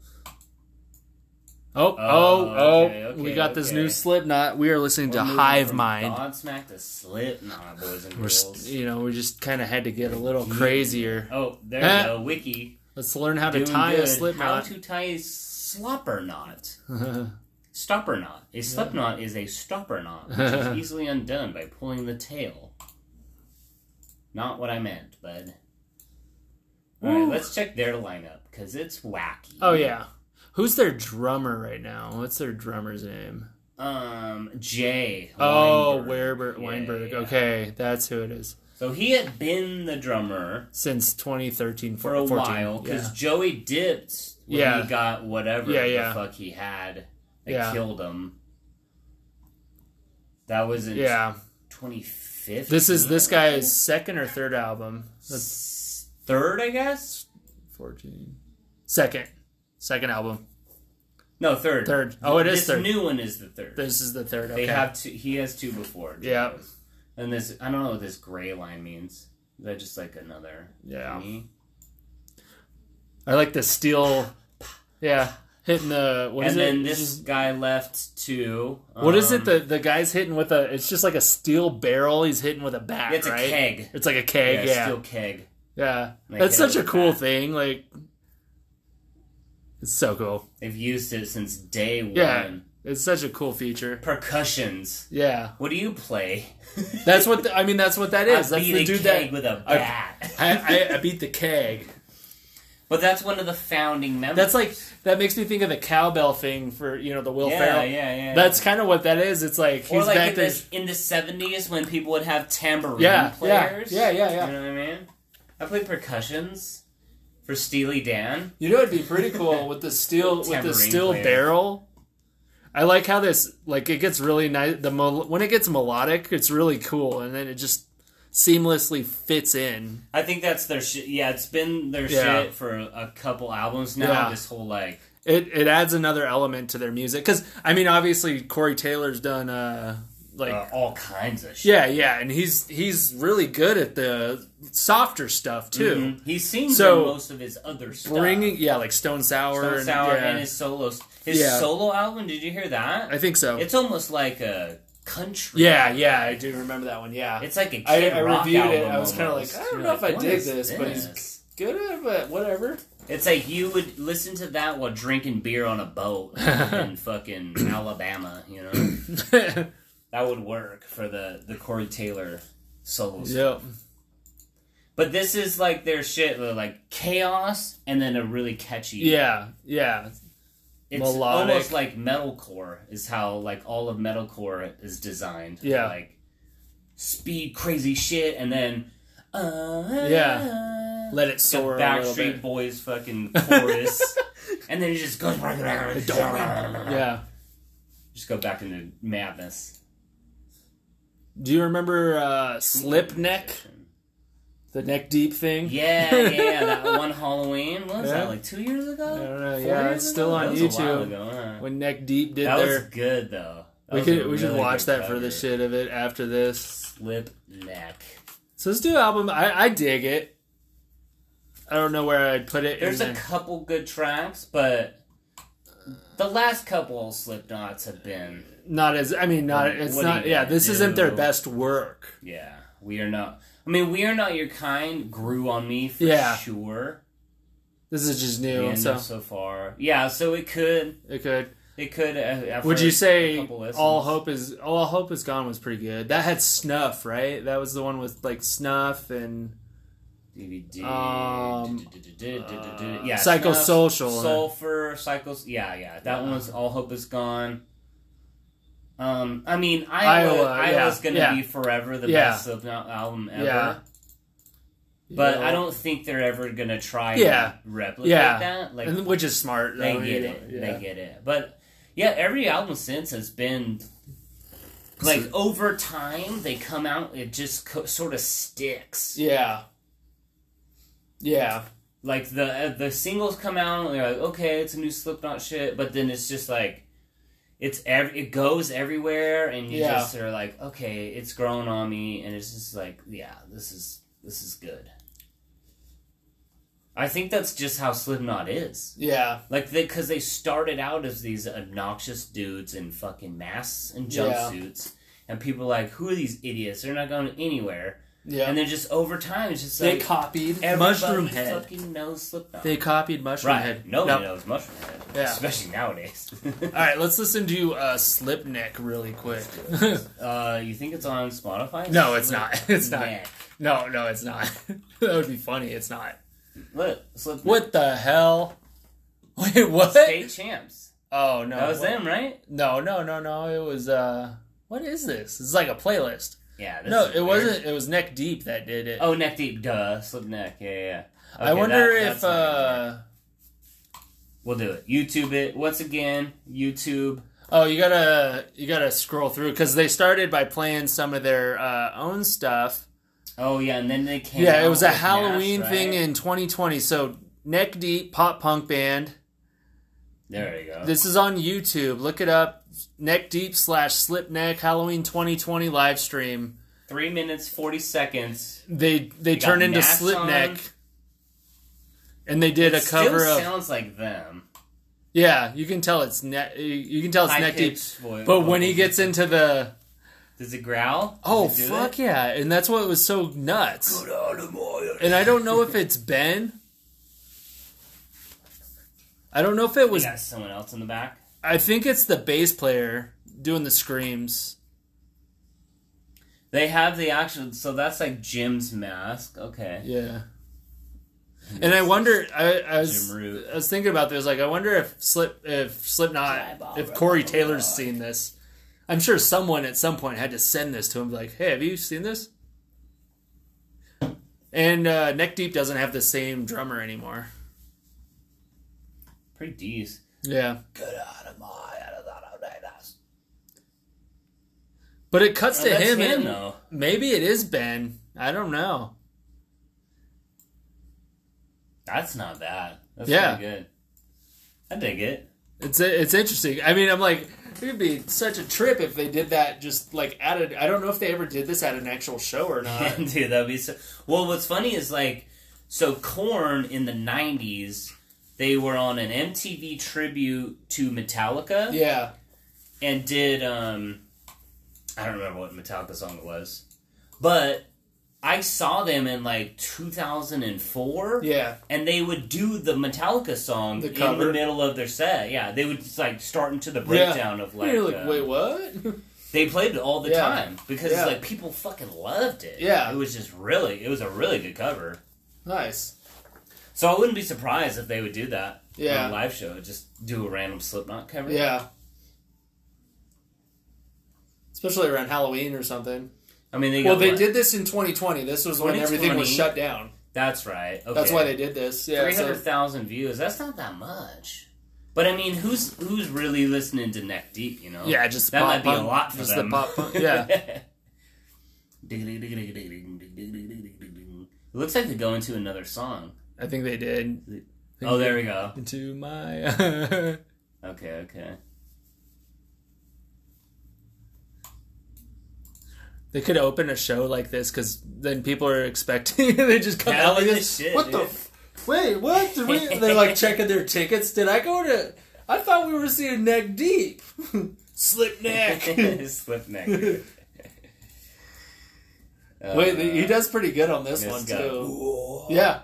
S1: Oh, oh,
S2: Oh,
S1: oh!
S2: okay, okay,
S1: we got this
S2: okay.
S1: new Slipknot. We are listening
S2: We're
S1: to
S2: moving
S1: Hive
S2: from
S1: Mind.
S2: Godsmack to Slipknot, boys and
S1: We're,
S2: girls.
S1: st- you know, we just kind of had to get a little crazier.
S2: oh, there
S1: Huh?
S2: you go. Wiki.
S1: Let's learn Eh. how to
S2: Doing
S1: tie
S2: good.
S1: a slip
S2: How
S1: knot.
S2: to tie a slopper knot. stopper knot. A slip knot is a stopper knot, which is easily undone by pulling the tail. Not what I meant, bud. Alright,
S1: Woo.
S2: let's check their lineup, because it's wacky.
S1: Oh yeah. Who's their drummer right now? What's their drummer's name?
S2: Um, Jay.
S1: Oh,
S2: Weinberg.
S1: Werber
S2: Yeah,
S1: Weinberg.
S2: yeah.
S1: Okay, that's who it is.
S2: So he had been the drummer
S1: Since 2013
S2: for a
S1: 14.
S2: while because
S1: Yeah.
S2: Joey dipped when
S1: Yeah.
S2: he got whatever
S1: Yeah,
S2: the
S1: yeah.
S2: fuck he had that
S1: Yeah.
S2: killed him. That was in
S1: yeah.
S2: 2015.
S1: This is this guy's second or third album. That's
S2: S- third, I guess.
S1: 14. Second. Second album.
S2: No, third.
S1: Third. Oh, it is
S2: this
S1: third.
S2: new one is the third.
S1: This is the third.
S2: They
S1: Okay.
S2: have two. He has two before. Joey
S1: Yeah.
S2: does. And this, I don't know what this gray line means. Is that just like another?
S1: Yeah.
S2: thingy?
S1: I like the steel. Yeah. Hitting the what is
S2: And then
S1: it?
S2: this guy left to.
S1: What is
S2: um,
S1: it? The the guy's hitting with a. It's just like a steel barrel. He's hitting with a bat,
S2: It's a
S1: right?
S2: keg.
S1: It's like a keg. Yeah, yeah.
S2: Steel keg. Like
S1: That's
S2: hit
S1: such
S2: it
S1: a
S2: with a
S1: cool
S2: bat.
S1: thing. Like, it's so cool.
S2: They've used it since day one.
S1: Yeah. It's such a cool feature.
S2: Percussions.
S1: Yeah,
S2: What do you play?
S1: that's what the, I mean. That's what that is.
S2: I
S1: That's
S2: beat
S1: the
S2: a
S1: dude
S2: keg
S1: that
S2: with a
S1: I-
S2: bat.
S1: I, I, I beat the keg.
S2: but that's one of the founding members.
S1: That's like that makes me think of the cowbell thing for you know the Will
S2: yeah,
S1: Ferrell.
S2: yeah, yeah.
S1: That's kind of what that is. It's like
S2: or
S1: he's
S2: like
S1: back
S2: in,
S1: there.
S2: this, in the seventies when people would have tambourine
S1: Yeah, yeah,
S2: players.
S1: yeah, yeah, yeah.
S2: You know what I mean? I played percussions for Steely Dan.
S1: You know, it'd be pretty cool with the steel with the
S2: Tambourine
S1: steel
S2: player.
S1: barrel. I like how this like it gets really nice. The mel- when it gets melodic, it's really cool, and then it just seamlessly fits in.
S2: I think that's their shit. Yeah, it's been their
S1: Yeah.
S2: shit for a couple albums now.
S1: Yeah.
S2: This whole like
S1: It it adds another element to their music because I mean, obviously Corey Taylor's done uh like
S2: uh, all kinds of shit.
S1: yeah yeah, and he's he's really good at the softer stuff too.
S2: Mhm. He sings
S1: So,
S2: in most of his other stuff.
S1: Bringing yeah like Mm-hmm. Stone Sour,
S2: Stone
S1: and,
S2: Sour
S1: yeah.
S2: and his solos. His
S1: Yeah.
S2: solo album, did you hear that?
S1: I think so.
S2: It's almost like a country.
S1: yeah yeah, I do remember that one. Yeah,
S2: It's like a kid
S1: I- I
S2: rock
S1: reviewed it,
S2: album
S1: I was kinda
S2: almost.
S1: like, I don't
S2: You're
S1: know if I
S2: "What
S1: dig
S2: is
S1: this, but it's-
S2: this?"
S1: good, but whatever.
S2: It's like you would listen to that while drinking beer on a boat in fucking Alabama, you know? That would work for the, the Corey Taylor solos.
S1: yep.
S2: But this is like their shit, they're like chaos and then a really catchy.
S1: Yeah, yeah,
S2: it's
S1: melodic.
S2: almost like metalcore is how like all of metalcore is designed.
S1: Yeah.
S2: like speed, crazy shit, and then uh,
S1: Yeah. let it
S2: the
S1: soar a little
S2: Backstreet
S1: bit.
S2: Boys fucking chorus, and then it just goes yeah,
S1: Yeah.
S2: just go back into madness.
S1: Do you remember uh, Slip Neck, the neck deep thing?
S2: Yeah, yeah, yeah. That one Halloween what was
S1: Yeah.
S2: that like two years ago?
S1: I don't know,
S2: Four
S1: yeah,
S2: years
S1: it's still
S2: ago?
S1: on
S2: That was a while
S1: YouTube.
S2: ago, huh?
S1: When Neck Deep did
S2: That
S1: their,
S2: was good though. That
S1: we
S2: was
S1: could
S2: a
S1: we should
S2: really good
S1: watch that for the
S2: cover.
S1: shit of it after this.
S2: Slip neck.
S1: So this new album, I, I dig it. I don't know where I'd put it.
S2: There's
S1: in
S2: a
S1: the-
S2: couple good tracks, but the last couple Slipknots have been
S1: not as I mean not it's
S2: What do
S1: not
S2: you
S1: yeah
S2: gotta
S1: this isn't their
S2: do?
S1: best work.
S2: yeah. We are not. I mean, we are not your kind. Grew on me for
S1: Yeah.
S2: sure.
S1: This is just
S2: The
S1: new,
S2: end
S1: so
S2: of so far, yeah. So it could,
S1: it could.
S2: it could. Uh, after
S1: Would you
S2: a
S1: say
S2: couple listens.
S1: all hope is all hope is gone was pretty good? That had snuff, right? That was the one with like snuff and
S2: DVD?
S1: Um,
S2: du-du-du-du-du-du-du.
S1: uh,
S2: yeah,
S1: Psychosocial.
S2: Snuff, sulfur, psychos. Yeah, yeah. That
S1: Yeah.
S2: one was all hope is gone. Um, I mean, Iowa,
S1: Iowa, yeah,
S2: Iowa's gonna
S1: yeah.
S2: be forever the
S1: Yeah.
S2: best Slipknot album ever.
S1: Yeah.
S2: But
S1: you know,
S2: I don't think they're ever gonna try
S1: Yeah.
S2: and replicate
S1: Yeah.
S2: that. Like
S1: and, which is smart.
S2: they
S1: though,
S2: get
S1: you know,
S2: it.
S1: Oh, yeah.
S2: They get it. But yeah, every album since has been like over time they come out it just co- sort of sticks.
S1: Yeah. Yeah.
S2: Like the uh, the singles come out and they're like okay, it's a new Slipknot shit, but then it's just like it's ev- it goes everywhere and you
S1: Yeah.
S2: just are like okay, it's grown on me and it's just like yeah, this is this is good. I think that's just how Slipknot is.
S1: Yeah.
S2: Like, because they, started out as these obnoxious dudes in fucking masks and
S1: Yeah.
S2: jumpsuits. And people are like, who are these idiots? They're not going anywhere.
S1: Yeah.
S2: And then just over time, it's just
S3: They
S2: like
S3: copied.
S2: everybody
S1: Mushroom Head.
S2: fucking knows Slipknot.
S1: they copied Mushroom
S2: right.
S1: Head.
S2: Nobody
S1: Now-
S2: knows Mushroom Head,
S1: Yeah.
S2: especially nowadays.
S1: All right, let's listen to uh, Slipneck really quick.
S2: uh, you think it's on Spotify?
S1: no, it's not. It's not.
S2: Slipknot.
S1: No, no, it's not. that would be funny. It's not.
S2: Look, Slipknot.
S1: What the hell? Wait, what?
S2: State champs.
S1: Oh no,
S2: That was
S1: what-
S2: them, right?
S1: No, no, no, no. It was uh, what is this? It's like a playlist.
S2: Yeah. This
S1: No,
S2: is
S1: it
S2: weird.
S1: wasn't. It was Neck Deep that did it.
S2: Oh, neck deep. Duh. Slip neck. Yeah, yeah. yeah.
S1: I
S2: Okay,
S1: wonder
S2: that- that's
S1: if
S2: not gonna work.
S1: uh,
S2: we'll do it. YouTube it once again. YouTube.
S1: oh, you gotta you gotta scroll through because they started by playing some of their uh, own stuff.
S2: Oh yeah, and then they came.
S1: Yeah, it was a
S2: out with
S1: Halloween
S2: masks,
S1: thing
S2: right?
S1: in 2020. So Neck Deep pop punk band.
S2: there you go.
S1: This is on YouTube. Look it up. Neck Deep slash Slip Neck Halloween 2020 live stream.
S2: Three minutes forty seconds.
S1: They they
S2: got
S1: turn into
S2: masks
S1: Slip
S2: on.
S1: Neck, and they did
S2: it
S1: a cover
S2: still
S1: of
S2: sounds like them.
S1: yeah. You can tell it's neck. You can tell it's Neck Deep.
S2: High-pitched voice.
S1: But when he gets into the
S2: does it growl?
S1: Oh
S2: Does it do
S1: fuck
S2: it?
S1: yeah! And that's what was so nuts.
S2: Get out of my-
S1: And I don't know if it's Ben. I don't know if it
S2: We
S1: was.
S2: got someone else in the back.
S1: I think it's the bass player doing the screams.
S2: They have the actual. So that's like Jim's mask. Okay.
S1: Yeah. And I wonder. I, I was.
S2: Jim Root.
S1: I was thinking about this. Like, I wonder if Slip, if Slipknot,
S2: Eyeball
S1: if Corey
S2: rock.
S1: Taylor's seen this. I'm sure someone at some point had to send this to him. Like, hey, have you seen this? And uh, Neck Deep doesn't have the same drummer anymore.
S2: Pretty decent.
S1: Yeah.
S2: Get out of my.
S1: But it cuts
S2: Oh,
S1: to
S2: that's
S1: him,
S2: him,
S1: and
S2: though.
S1: maybe it is Ben. I don't know.
S2: That's not bad. That's
S1: Yeah.
S2: pretty good. I dig it.
S1: It's it's interesting. I mean, I'm like, it'd be such a trip if they did that. Just like at a, I don't know if they ever did this at an actual show or not.
S2: Dude, that'd be so. Well, what's funny is like, so Corn in the '90s, they were on an MTV tribute to Metallica,
S1: yeah,
S2: and did um, I don't remember what Metallica song it was, but I saw them in like 2004.
S1: yeah,
S2: and they would do the Metallica song
S1: The
S2: in
S1: cover.
S2: the middle of their set. Yeah, they would just, like start into the
S1: Yeah.
S2: breakdown of like,
S1: You're
S2: uh,
S1: like, wait, what?
S2: they played it all the
S1: Yeah.
S2: time because
S1: Yeah.
S2: like people fucking loved it.
S1: Yeah.
S2: it was just really, it was a really good cover.
S1: nice.
S2: So I wouldn't be surprised if they would do that. on a
S1: Yeah.
S2: live show, just do a random Slipknot cover.
S1: Yeah, especially around Halloween or something.
S2: I mean, they
S1: Well,
S2: got
S1: they
S2: one-
S1: did this in 2020. This was when everything was
S2: 2020.
S1: shut down.
S2: That's right. Okay.
S1: That's why they did this. Yeah,
S2: three
S1: so-
S2: hundred thousand views. That's not that much. But I mean, who's who's really listening to Neck Deep? You know?
S1: yeah, just
S2: That
S1: pop
S2: might be a
S1: punk-
S2: lot for
S1: just
S2: them.
S1: The pop punk. Yeah,
S2: it looks like they go into another song.
S1: I think they did.
S2: Oh, there we go.
S1: Into my.
S2: Okay, okay.
S1: They could open a show like this because then people are expecting. they just come
S2: Yeah,
S1: out like
S2: look at
S1: this.
S2: this shit,
S1: what the?
S2: dude."
S1: F- wait, what? Did we? They're like checking their tickets. Did I go to? I thought we were seeing neck deep, slip neck. wait,
S2: Slip neck. Wait, Uh,
S1: he does pretty good on this
S2: this
S1: one
S2: guy.
S1: too. Yeah,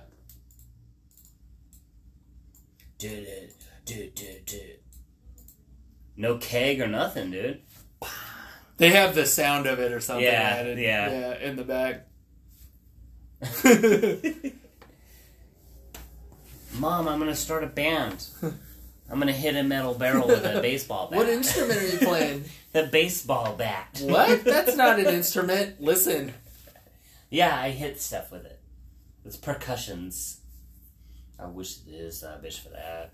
S2: Did it. Did, did, did. No keg or nothing, dude.
S1: they have the sound of it or something.
S2: Yeah,
S1: added.
S2: yeah.
S1: yeah, in the back.
S2: Mom, I'm gonna start a band. I'm gonna hit a metal barrel with a baseball bat.
S1: what instrument are you playing?
S2: the baseball bat.
S1: what? That's not an instrument. Listen,
S2: Yeah, I hit stuff with it. It's percussions. I wish this I bitch for that.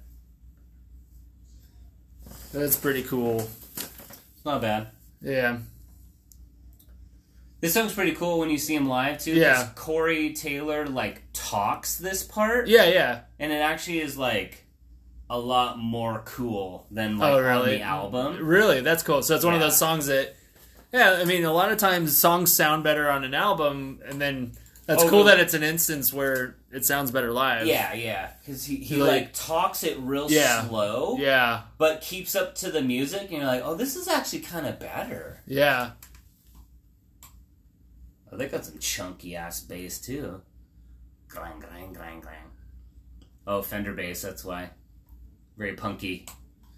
S1: that's pretty cool.
S2: It's not bad.
S1: Yeah,
S2: This song's pretty cool when you see him live too. 'cause
S1: Yeah.
S2: Corey Taylor like talks this part,
S1: yeah, yeah.
S2: and it actually is like a lot more cool than like
S1: Oh,
S2: on
S1: really?
S2: the album.
S1: Really, that's cool. So it's one of
S2: Yeah.
S1: those songs that, yeah. I mean, a lot of times songs sound better on an album, and then that's
S2: Oh,
S1: cool
S2: really?
S1: that it's an instance where it sounds better live.
S2: Yeah, yeah, because he, he
S1: Like-
S2: like, talks it real
S1: Yeah.
S2: slow,
S1: yeah,
S2: but keeps up to the music, and you're like, oh, this is actually kind of better.
S1: yeah.
S2: But they got some chunky ass bass too. Glang, glang, glang, glang. Oh, Fender bass, that's why. Very punky.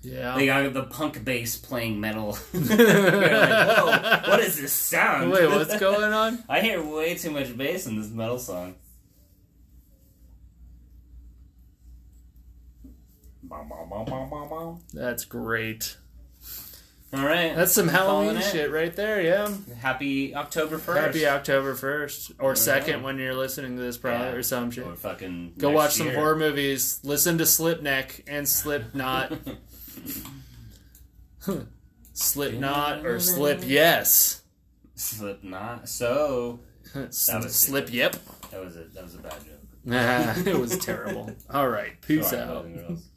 S1: Yeah.
S2: They
S1: Oh.
S2: got the punk bass playing metal. You're like, whoa, what is this sound?
S1: Wait, what's going on?
S2: I hear way too much bass in this metal song. All
S1: That's great.
S2: right,
S1: That's some
S2: Calling
S1: Halloween
S2: it.
S1: shit right there. Yeah.
S2: Happy October first.
S1: Happy October first or second
S2: know.
S1: when you're listening to this, probably
S2: Yeah.
S1: or some shit.
S2: Or fucking
S1: Go
S2: next
S1: watch some
S2: year.
S1: horror movies. Listen to Slipknot and Slipknot, Slipknot or Slip Yes,
S2: Slipknot. So was
S1: Slip Yep.
S2: that was a that was a bad joke.
S1: it was terrible. All right, peace
S2: Sorry,
S1: out.
S2: boys and girls.